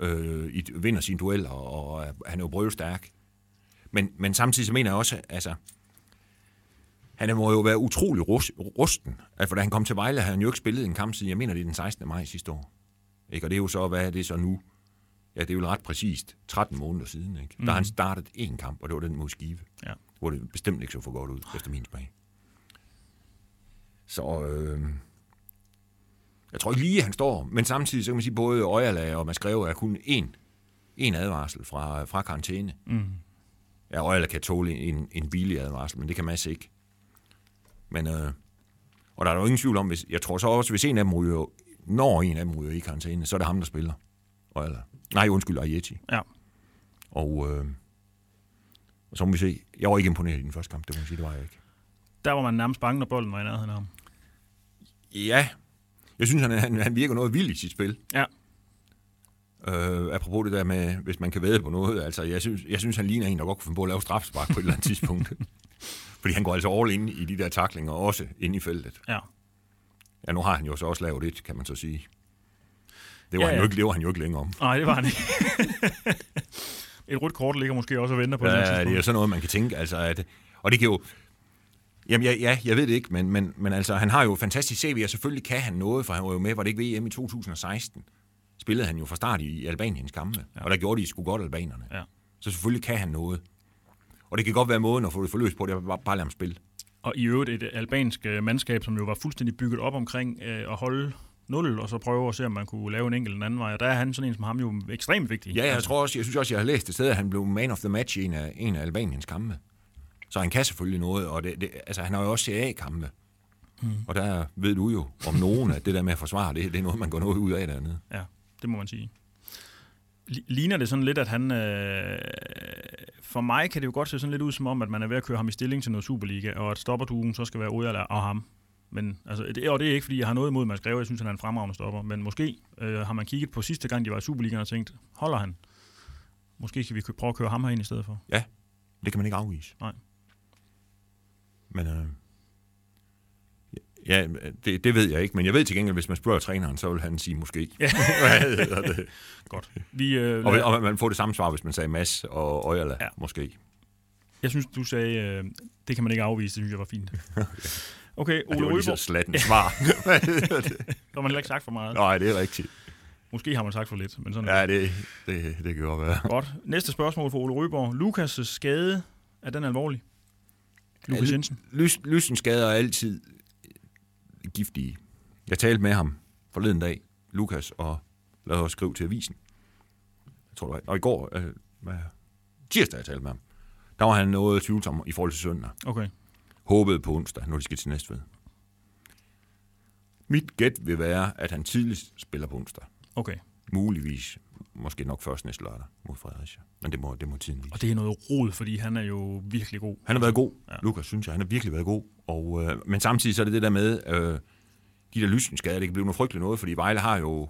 B: Øh, i, vinder sine dueller, og, og er- han er jo brøvstærk. Men, men samtidig så mener jeg også, altså, han må jo være utrolig rus- rusten. Altså, da han kom til Vejle, havde han jo ikke spillet en kamp siden, jeg mener, det er den 16. maj sidste år. Ikke? Og det er jo så, hvad er det så nu? Ja, det er jo ret præcist 13 måneder siden, ikke? Mm. Da han startede én kamp, og det var den mod Skive.
A: Ja.
B: Hvor det bestemt ikke så for godt ud, efter min smag. Så øh, jeg tror ikke lige, at han står, men samtidig så kan man sige, både Øjerla og Maskreve er kun én, én advarsel fra, fra karantæne. Mm. Ja, Øjerla kan tåle en, en billig advarsel, men det kan Mads ikke. Men, øh, og der er jo ingen tvivl om, hvis, jeg tror så også, hvis en af dem ryger, når en af dem ryger i karantæne, så er det ham, der spiller. Og, eller, nej, undskyld, Arieti.
A: Ja.
B: Og øh, så må vi se. Jeg var ikke imponeret i den første kamp, det må jeg sige, det var jeg ikke.
A: Der var man nærmest bange, når bolden var i nærheden af ham.
B: Ja, jeg synes, han, han, han virker noget vild i sit spil.
A: Ja.
B: Øh, apropos det der med, hvis man kan væde på noget, altså jeg synes, jeg synes han ligner en, der godt kunne finde på at lave strafspark på et eller andet tidspunkt. Fordi han går altså all in i de der taklinger, også inde i feltet.
A: Ja.
B: Ja, nu har han jo så også lavet et, kan man så sige. Det var,
A: Ja,
B: ja, ja. Han,
A: ja.
B: jo ikke, det var han jo ikke længere om.
A: Nej, det var han ikke. Et rødt kort ligger måske også og venter på et eller andet
B: Ja, det er jo
A: tidspunkt.
B: sådan noget, man kan tænke. Altså, at, og det kan jo... Jamen, ja, ja, jeg ved det ikke, men, men, men altså, han har jo et fantastisk CV, og selvfølgelig kan han noget, for han var jo med, var det ikke VM i 2016? Spillede han jo fra start i Albaniens kampe, ja. og der gjorde de sgu godt albanerne.
A: Ja.
B: Så selvfølgelig kan han noget. Og det kan godt være måden at få det forløst på, det er bare, bare at lade ham spille.
A: Og i øvrigt et albansk øh, mandskab, som jo var fuldstændig bygget op omkring øh, at holde nul, og så prøve at se, om man kunne lave en enkelt en anden vej. Og der er han sådan en som ham jo ekstremt vigtig.
B: Ja, jeg tror også, jeg synes også, jeg har læst et sted, at han blev man of the match i en af, en af Albaniens kampe. Så han kan selvfølgelig noget, og det, det, altså, han har jo også CA-kampe. Mm. Og der ved du jo om nogen, at det der med at forsvare, det, det er noget, man går noget ud af dernede.
A: Ja, det må man sige. Li- Ligner det sådan lidt, at han... Øh, for mig kan det jo godt se sådan lidt ud som om, at man er ved at køre ham i stilling til noget Superliga, og at stopperduen så skal være Ojala og ham. Men, altså, det, og det er ikke, fordi jeg har noget imod Mads Greve, jeg synes, han er en fremragende stopper, men måske øh, har man kigget på sidste gang, de var i Superligaen og tænkt, holder han? Måske skal vi kø- prøve at køre ham herind i stedet for.
B: Ja, det kan man ikke afvise.
A: Nej.
B: Men øh, ja, det, det ved jeg ikke. Men jeg ved til gengæld, hvis man spørger træneren, så vil han sige måske. Ja. Hvad hedder det?
A: Godt. Vi, øh,
B: Og, og man får det samme svar, hvis man sagde Mads og Øjerla,
A: Ja.
B: ja. måske.
A: jeg synes, du sagde, øh, det kan man ikke afvise, det synes jeg var fint. Okay,
B: Ja,
A: Ole
B: det var lige så
A: Ryborg,
B: slatten svar. Hvad hedder det?
A: der har man heller ikke sagt for meget.
B: Nej, det er rigtigt.
A: Måske har man sagt for lidt, men sådan er det.
B: Ja, det, det, det kan godt være.
A: Godt. Næste spørgsmål fra Ole Røborg. Lukas' skade, er den alvorlig? Lukas
B: Ja,
A: Jensen.
B: Lys, lysenskader er altid giftige. Jeg talte med ham forleden dag, Lukas, og lavede os skrive til avisen. Jeg tror, det var, og i går, øh, hvad, tirsdag, jeg talte med ham, der var han noget tvivlsom i forhold til søndag.
A: Okay.
B: Håbede på onsdag, når de skal til Næstved. Mit gæt vil være, at han tidligst spiller på onsdag.
A: Okay.
B: Muligvis, måske nok først næste lørdag mod Fredericia. Men det må, det må tiden vise.
A: Og det er noget rod, fordi han er jo virkelig god.
B: Han har været god, ja. Lukas, synes jeg. Han har virkelig været god. Og, øh, men samtidig så er det det der med, øh, de der lysningsskader, det kan blive noget frygteligt noget, fordi Vejle har jo,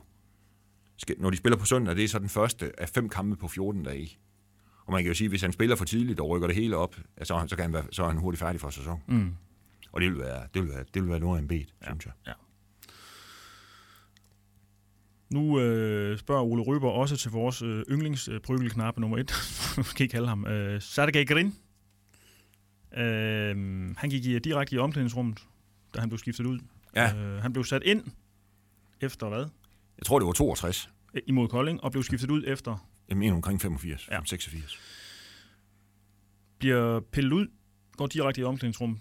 B: skal, når de spiller på søndag, det er så den første af fem kampe på 14 dage. Og man kan jo sige, at hvis han spiller for tidligt og rykker det hele op, ja, så, er han- så, kan han være, så er han hurtigt færdig for sæsonen. Mm. Og det vil være, det vil være, det vil være noget af en bed, ja. synes jeg.
A: Ja. Nu øh, spørger Ole Røber også til vores øh, yndlingsbrygelknappe nummer et. Måske ikke kalde ham. Øh, Sergej Grin. Øh, han gik i, direkte i omklædningsrummet, da han blev skiftet ud.
B: Ja.
A: Øh, han blev sat ind efter hvad? Øh,
B: Jeg tror, det var 62.
A: Imod Kolding, og blev skiftet ud efter
B: Jeg mener omkring 85,
A: Ja.
B: ja. 86.
A: bliver pillet ud, går direkte i omklædningsrummet,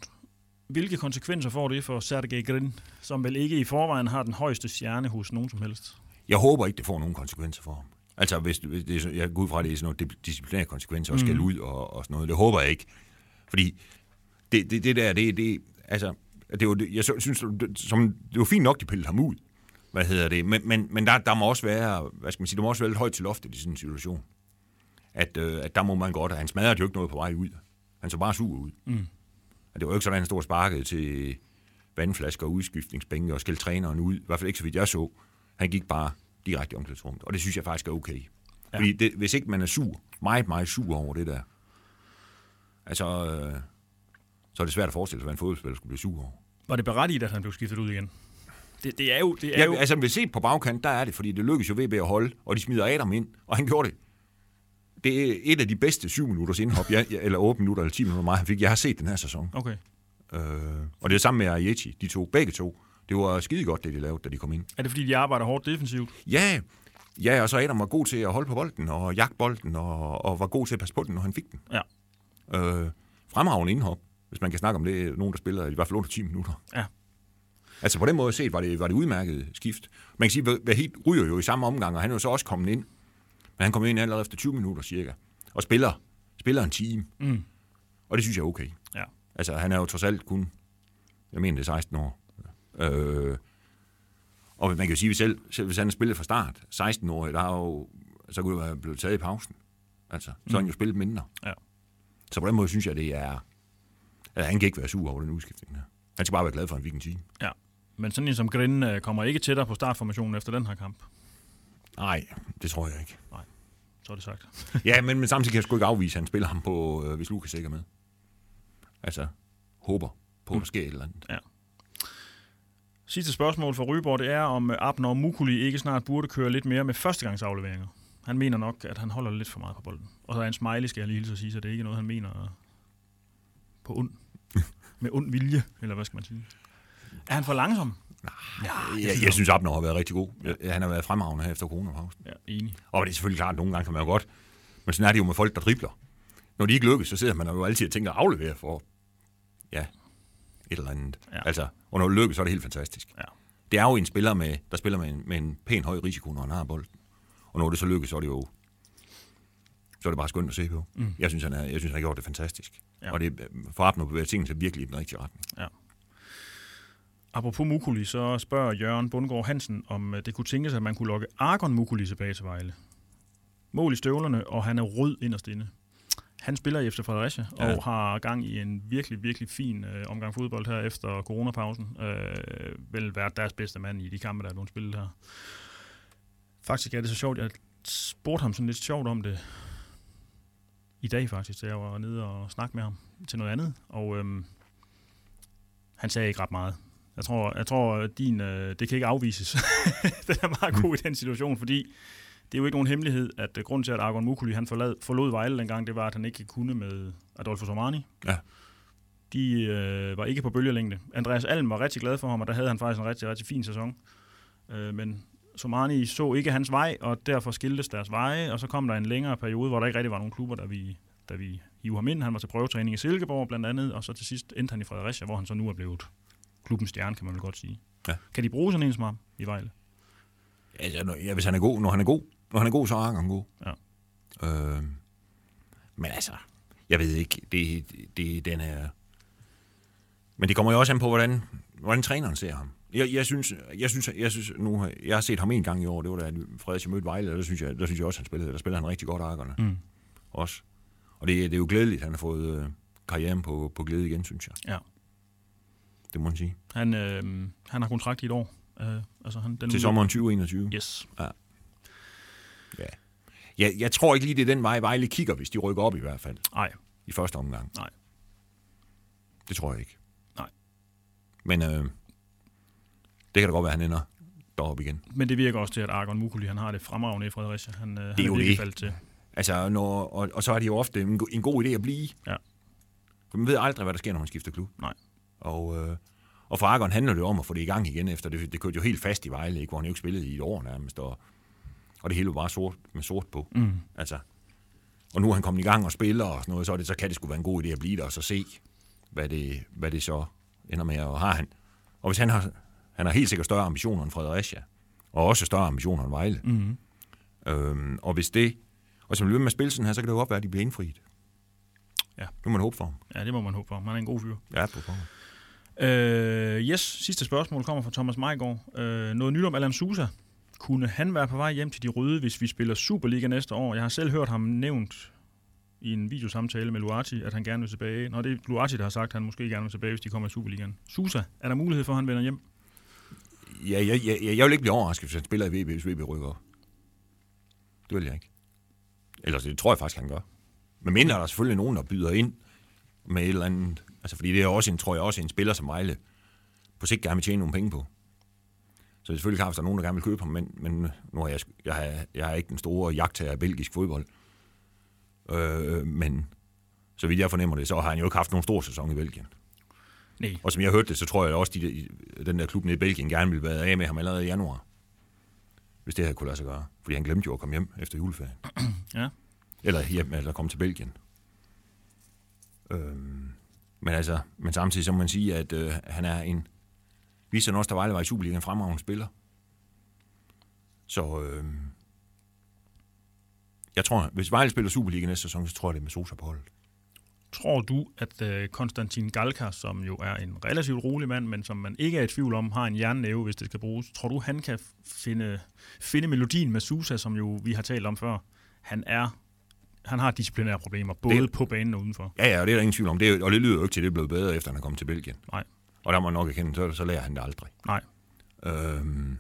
A: Hvilke konsekvenser får det for Sergej Grin, som vel ikke i forvejen har den højeste stjerne hos nogen som helst?
B: Jeg håber ikke, det får nogen konsekvenser for ham. Altså, hvis, hvis det, er så- jeg går ud fra, at det er sådan nogle disciplinære konsekvenser og skal ud og, og sådan noget. Det håber jeg ikke. Fordi det, det, det der, det, det, altså, det var, det- jeg så- synes, det, som, det var fint nok, de pillede ham ud. Hvad hedder det? Men, men, men der, der må også være, hvad skal man sige, der må også være lidt højt til loftet i sådan en situation. At, øh, at der må man godt, og han smadrede jo ikke noget på vej ud. Han så bare sur ud. Mm. Og det var jo ikke sådan, at han stod og sparkede til vandflasker og udskiftningsbænke og skældte træneren ud. I hvert fald ikke så vidt jeg så. Han gik bare direkte i omklædningsrummet. Og det synes jeg faktisk er okay. Ja. Fordi det, hvis ikke man er sur, meget, meget sur over det der, altså, øh, så er det svært at forestille sig, hvad en fodboldspiller skulle blive sur over.
A: Var det berettiget, at han blev skiftet ud igen? Det, det er jo... Det er
B: Ja,
A: jo
B: altså, hvis set på bagkant, der er det, fordi det lykkedes jo VB at holde, og de smider Adam ind, og han gjorde det. Det er et af de bedste syv minutters indhop, jeg, jeg- eller 8 minutter, eller 10 minutter, meget han fik. Jeg har set den her sæson.
A: okay.
B: Øh, og det er sammen med Aiechi, de to, begge to. Det var skide godt, det de lavede, da de kom ind.
A: Er det, fordi de arbejder hårdt defensivt?
B: Ja, ja, og så Adam var god til at holde på bolden, og jagte bolden, og, og var god til at passe på den, når han fik den.
A: Ja.
B: Øh, fremragende indhop, hvis man kan snakke om det. Nogen, der spiller i hvert fald under 10 minutter.
A: Ja.
B: Altså på den måde set var det, var det udmærket skift. Man kan sige, at helt ryger jo i samme omgang, og han er jo så også kommet ind. Men han kom ind allerede efter 20 minutter cirka, og spiller, spiller en time.
A: Mm.
B: Og det synes jeg er okay.
A: Ja.
B: Altså, han er jo trods alt kun, jeg mener det er 16 år. Øh, og man kan jo sige, at selv, selv hvis han har spillet fra start, 16 år, der er jo, så kunne det være blevet taget i pausen. Altså, så har han jo spillet mindre.
A: Ja.
B: Så på den måde synes jeg, det er... Altså, han kan ikke være sur over den udskiftning her. Han skal bare være glad for, at han fik en time.
A: Ja. Men sådan en som Grin øh, kommer ikke tættere på startformationen efter den her kamp.
B: Nej, det tror jeg ikke.
A: Så er det sagt.
B: Ja, men, men samtidig kan jeg sgu ikke afvise, at han spiller ham på, øh, hvis Lukas ikke er med. Altså, håber på, at der sker et eller andet.
A: Sidste spørgsmål fra Ryborg, det er, om øh, Abner Mukuli ikke snart burde køre lidt mere med førstegangsafleveringer. Han mener nok, at han holder lidt for meget på bolden. Og så er en smiley, skal jeg lige hilse at sige, så det er ikke noget, han mener øh, på ond. med ond vilje, eller hvad skal man sige. Er han for langsom?
B: Jeg, jeg synes, Abner har været rigtig god. Ja. Han har været fremragende her efter coronapausen.
A: Ja, enig.
B: Og det er selvfølgelig klart, at nogle gange kan man jo godt. Men sådan er det jo med folk, der dribler. Når de ikke lykkes, så sidder man jo altid og tænker at aflevere for, ja, et eller andet.
A: Ja.
B: Ja. Altså, og når det lykkes, så er det helt fantastisk.
A: Ja.
B: Det er jo en spiller, med, der spiller med en, med en pæn høj risiko, når han har bolden. Og når det så lykkes, så er det jo så er det bare skønt at se på. Mm. Jeg synes, han er, jeg synes, han har gjort det fantastisk.
A: Ja.
B: Ja. Og det øh, for Abner bevæger tingene sig virkelig i den rigtige retning.
A: Apropos Mukuli, så spørger Jørgen Bundgaard Hansen, om øh, det kunne tænkes, at man kunne lokke Argon Mukuli tilbage til Vejle. Mål i støvlerne, og han er rød inderst inde. Han spiller i FC Fredericia ja.
B: Ja.
A: og har gang i en virkelig, virkelig fin øh, omgang fodbold her efter coronapausen. Øh, vel været deres bedste mand i de kampe, der er blevet spillet her. Faktisk er det så sjovt, jeg spurgte ham sådan lidt sjovt om det i dag faktisk, da jeg var nede og snakke med ham til noget andet. Og øhm, han sagde ikke ret meget. Jeg tror, jeg tror at din, øh, det kan ikke afvises. den er meget god i den situation, fordi det er jo ikke nogen hemmelighed, at øh, grunden til, at Argon Mukuli han forlad, forlod Vejle dengang, det var, at han ikke kunne med Adolfo Somani.
B: Ja.
A: De øh, var ikke på bølgelængde. Andreas Alm var rigtig glad for ham, og der havde han faktisk en rigtig, rigtig fin sæson. Øh, men Somani så ikke hans vej, og derfor skiltes deres veje, og så kom der en længere periode, hvor der ikke rigtig var nogen klubber, der vi da vi hiver ham ind. Han var til prøvetræning i Silkeborg blandt andet, og så til sidst endte han i Fredericia, hvor han så nu er blevet klubbens stjerne, kan man vel godt sige.
B: Ja.
A: Kan de bruge sådan en som ham i Vejle?
B: Altså, når, ja, hvis han er god, når han er god, når han er god, så er han god.
A: Ja.
B: Øh, men altså, jeg ved ikke, det, det, det er den her... Men det kommer jo også an på, hvordan, hvordan træneren ser ham. Jeg, jeg, synes, jeg, synes, jeg, synes, nu, har- jeg har set ham en gang i år, det var da Fredericia mødte Vejle, og der synes jeg, der synes jeg også, han spillede, der spiller han rigtig godt arkerne.
A: Mm.
B: Også. Og det, det er jo glædeligt, han har fået øh, karrieren på, på glæde igen, synes jeg.
A: Ja.
B: Det må man sige.
A: Han, øh, han har kontrakt i et år. Øh, altså han, den
B: Til sommeren 2021.
A: Yes.
B: Ja. Jeg, jeg tror ikke lige, det er den vej, Vejle kigger, hvis de rykker op i hvert fald.
A: Nej,
B: I første omgang.
A: Nej.
B: Det tror jeg ikke.
A: Nej.
B: Men øh, det kan da godt være, at han ender deroppe igen.
A: men det virker også til, at Argon Mukuli, han har det fremragende i Fredericia. Han, øh, det
B: jo
A: han
B: det.
A: Faldt til.
B: Altså, når, og, og så er det jo ofte en, go- en god idé at blive.
A: Ja.
B: For man ved aldrig, hvad der sker, når man skifter klub.
A: Nej.
B: Og, øh, og for Argon handler det jo om at få det i gang igen, efter det, det kørte jo helt fast i Vejle, ikke? hvor han jo ikke spillede i et år nærmest, og, og det hele var bare sort, med sort på.
A: Mm.
B: Altså, og nu er han kommet i gang og spiller og sådan noget, så, er det, så kan det sgu være en god idé at blive der og så se, hvad det, hvad det så ender med, og har han. Og hvis han har, han har helt sikkert større ambitioner end Fredericia, og også større ambitioner end Vejle.
A: Mm-hmm.
B: Øhm, og hvis det, og som løber med spilsen her, så kan det jo godt være, at de bliver indfriet.
A: Ja.
B: Nu må man håbe for ham.
A: Ja, det må man håbe for. Man er en god fyr.
B: Ja, på forhånd.
A: Øh, yes, sidste spørgsmål kommer fra Thomas Majgaard. Øh, noget nyt om Alan Sousa. Kunne han være på vej hjem til de røde, hvis vi spiller Superliga næste år? Jeg har selv hørt ham nævnt i en videosamtale med Luati, at han gerne vil tilbage. Nå, det er Luati, der har sagt, at han måske gerne vil tilbage, hvis de kommer i Superligaen. Sousa, er der mulighed for, at han vender hjem?
B: Ja, jeg, jeg, jeg, jeg vil ikke blive overrasket, hvis han spiller i VB, hvis VB rykker op. Det vil jeg ikke. Ellers det tror jeg faktisk, han gør. Men mindre er der selvfølgelig nogen, der byder ind med et eller andet... Altså, fordi det er også en, tror jeg, også en spiller som Vejle på sigt gerne vil tjene nogle penge på. Så det er selvfølgelig klart, hvis der er nogen, der gerne vil købe ham, men, men nu er jeg, sgu- jeg, er- jeg er ikke den store jagttager af belgisk fodbold. Øh, men så vidt jeg fornemmer det, så har han jo ikke haft nogen stor sæson i Belgien.
A: Nej.
B: Og som jeg hørte det, så tror jeg også, de, den der klub nede i Belgien gerne ville være af med ham allerede i januar. Hvis det her kunne lade sig gøre. Fordi han glemte jo at komme hjem efter juleferien.
A: Ja.
B: Eller hjem, eller komme til Belgien. Øhm, men altså, men samtidig så må man sige, at øh, han er en... Viser han også, der Vejle var i Superligaen en fremragende spiller. Så øh, jeg tror, hvis Vejle spiller Superliga næste sæson, så tror jeg, det er med Sosa på holdet.
A: Tror du, at øh, Konstantin Galka, som jo er en relativt rolig mand, men som man ikke er i tvivl om, har en jernnæve, hvis det skal bruges, tror du, han kan finde, finde melodien med Susa, som jo vi har talt om før? Han er han har disciplinære problemer, både det...
B: Det-
A: på banen og udenfor.
B: Ja, ja, og det er der ingen tvivl om. Det er, jo- og det lyder jo ikke til, at det er blevet bedre, efter han er kommet til Belgien.
A: Nej,
B: Og der må jeg nok erkende, så, så lærer han det aldrig.
A: nej.
B: Øhm,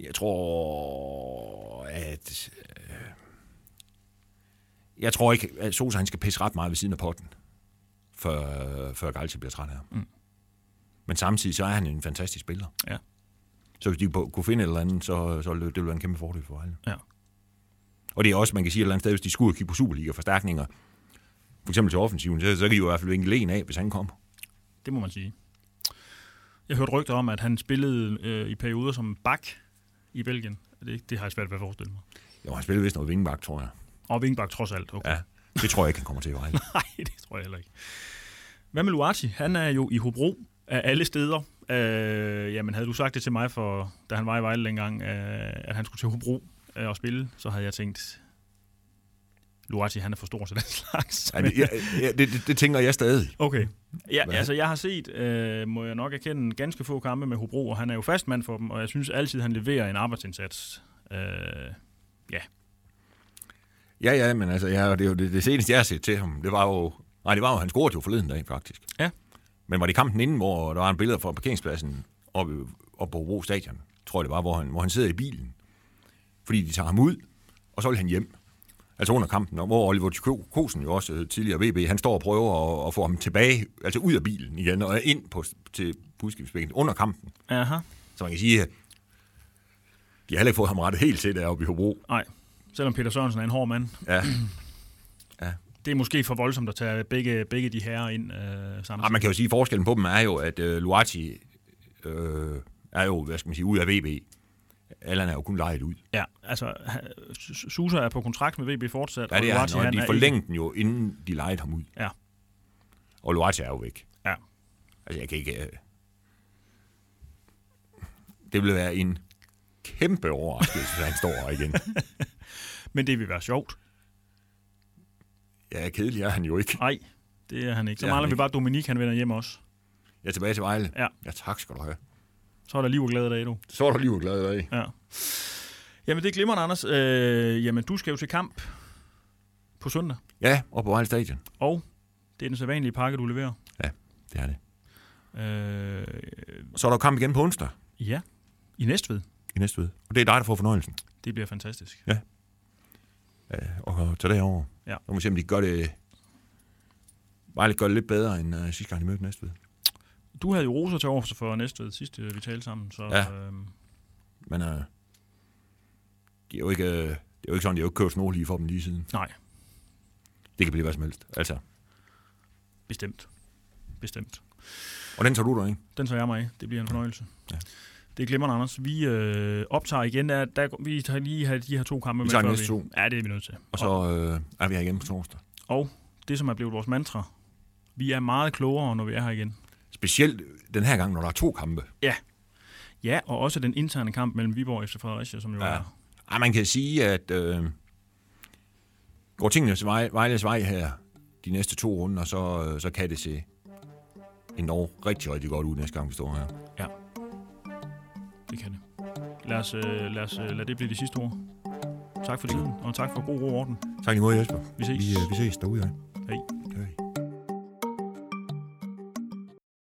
B: jeg tror, at... Øh, jeg tror ikke, at Sosa han skal pisse ret meget ved siden af potten, før, før Galti bliver træt af ham. Mm. Men samtidig så er han en fantastisk spiller.
A: Ja.
B: Så hvis de på- kunne finde et eller andet, så, så ville det ville være en kæmpe fordel for Vejle.
A: Ja.
B: Og det er også, man kan sige et eller andet sted, hvis de skulle kigge på Superliga-forstærkninger, for eksempel til offensiven, så, så kan de jo i hvert fald vinke len af, hvis han kommer.
A: Det må man sige. Jeg hørte rygter om, at han spillede øh, i perioder som bak i Belgien. Det, det har jeg svært ved at forestille mig.
B: Jo, han spillede vist noget vingebak, tror jeg.
A: Og Vingbak trods alt. Okay.
B: Ja, det tror jeg ikke, han kommer til i Vejle.
A: Nej, det tror jeg heller ikke. Hvad med Luati? Han er jo i Hobro af alle steder. Øh, jamen, havde du sagt det til mig, for, da han var i Vejle dengang, øh, at han skulle til Hobro øh, og spille, så havde jeg tænkt, Luati, han er for stor til den slags.
B: Ja, det, ja, ja, det, det, det tænker jeg stadig.
A: Okay. Ja,
B: Hvad?
A: altså jeg har set, øh, må jeg nok erkende, ganske få kampe med Hobro, og han er jo fastmand for dem, og jeg synes altid, han leverer en arbejdsindsats. Øh,
B: Ja, ja, men altså, ja, det, er jo det, det seneste, jeg har set til ham, det var jo... Nej, det var jo, han scorede jo forleden dag, faktisk.
A: Ja.
B: Men var det kampen inden, hvor der var en billede fra parkeringspladsen oppe, oppe på Hobro Stadion, tror jeg det var, hvor han, hvor han sidder i bilen, fordi de tager ham ud, og så vil han hjem. Altså under kampen, og hvor Oliver Tjøk- Kosen jo også øh, tidligere VB, han står og prøver at, at få ham tilbage, altså ud af bilen igen, og ind på, til budskibsbænken under kampen.
A: aha,
B: Så man kan sige, at de har heller ikke fået ham rettet helt til deroppe i Hobro.
A: nej. Selvom Peter Sørensen er en hård mand.
B: Ja.
A: Det er måske for voldsomt at tage begge, begge de herrer ind øh,
B: Ej,
A: samtidig.
B: Ah, man kan jo sige, at forskellen på dem er jo, at øh, Luati øh, er jo, hvad skal man sige, ud af VB. Allan er jo kun lejet ud.
A: Ja, altså han- Su- Susa er på kontrakt med VB fortsat,
B: Ja, det er
A: Luati,
B: han, og de
A: er
B: forlængte den jo, inden de lejede ham ud.
A: Ja.
B: Og Luati er jo væk.
A: ikke- Ja,
B: Altså, jeg kan ikke... Øh... Det ville være en kæmpe overraskelse, hvis han står her igen.
A: men det vil være sjovt.
B: Ja, kedelig er han jo ikke.
A: Nej, det er han ikke. Så
B: Det er han
A: mangler vi
B: ikke.
A: bare Dominik, han vender hjem også.
B: Jeg er tilbage til Vejle.
A: Ja.
B: ja tak skal du have.
A: Så er der liv og glæde dag, du.
B: Så er du lige glad i dag.
A: Ja. Jamen, det er glimrende, Anders. Øh, jamen, du skal jo til kamp på søndag,
B: Ja, og på Vejle Stadion.
A: og det er den sædvanlige pakke, du leverer.
B: Det er det.
A: Øh,
B: Så er der jo kamp igen på onsdag
A: ja, i Næstved.
B: i næste ved. Og det er dig, der får fornøjelsen.
A: Det bliver fantastisk.
B: Og tage derover.
A: Ja.
B: Nu må vi se, om de gør det... Vejle gør det lidt bedre, end uh, sidste gang, de mødte næste ved.
A: Du havde jo roser til over for Næstved sidst, øh, vi talte sammen, så
B: Ja.
A: øh,
B: Men uh, de er jo ikke, uh, det er jo ikke sådan, de har jo ikke kørt snolig for dem lige siden.
A: nej,
B: Det kan blive hvad som helst. Altså.
A: bestemt. Bestemt.
B: Og den tager du der, ikke?
A: Den tager jeg mig af. Det bliver en fornøjelse.
B: Ja.
A: Det er glimrende, Anders. Vi øh, optager igen. Der, der, vi tager lige have de her to kampe
B: Vi
A: med.
B: tager de
A: før
B: næste to.
A: Ja, det er vi nødt til.
B: øh, Og så uh, er vi her igen på torsdag.
A: Og det, som er blevet vores mantra, Vi er meget klogere, når vi er her igen.
B: Specielt den her gang, når der er to kampe.
A: Ja, og også den interne kamp mellem Viborg og FC Fredericia, som jo
B: Ja.
A: ja. er...
B: Ej, man kan sige, at øh, går tingenes vej, Vejles vej her de næste to runder, så, øh, så kan det se endda rigtig, rigtig godt ud næste gang, vi står her.
A: Det kan det. Lad os, øh, lad os øh, lad det blive de sidste ord. Tak for tiden, og tak for god ro og orden.
B: Tak lige måde, Jesper.
A: Vi ses.
B: Vi, øh, vi ses derude. Ja.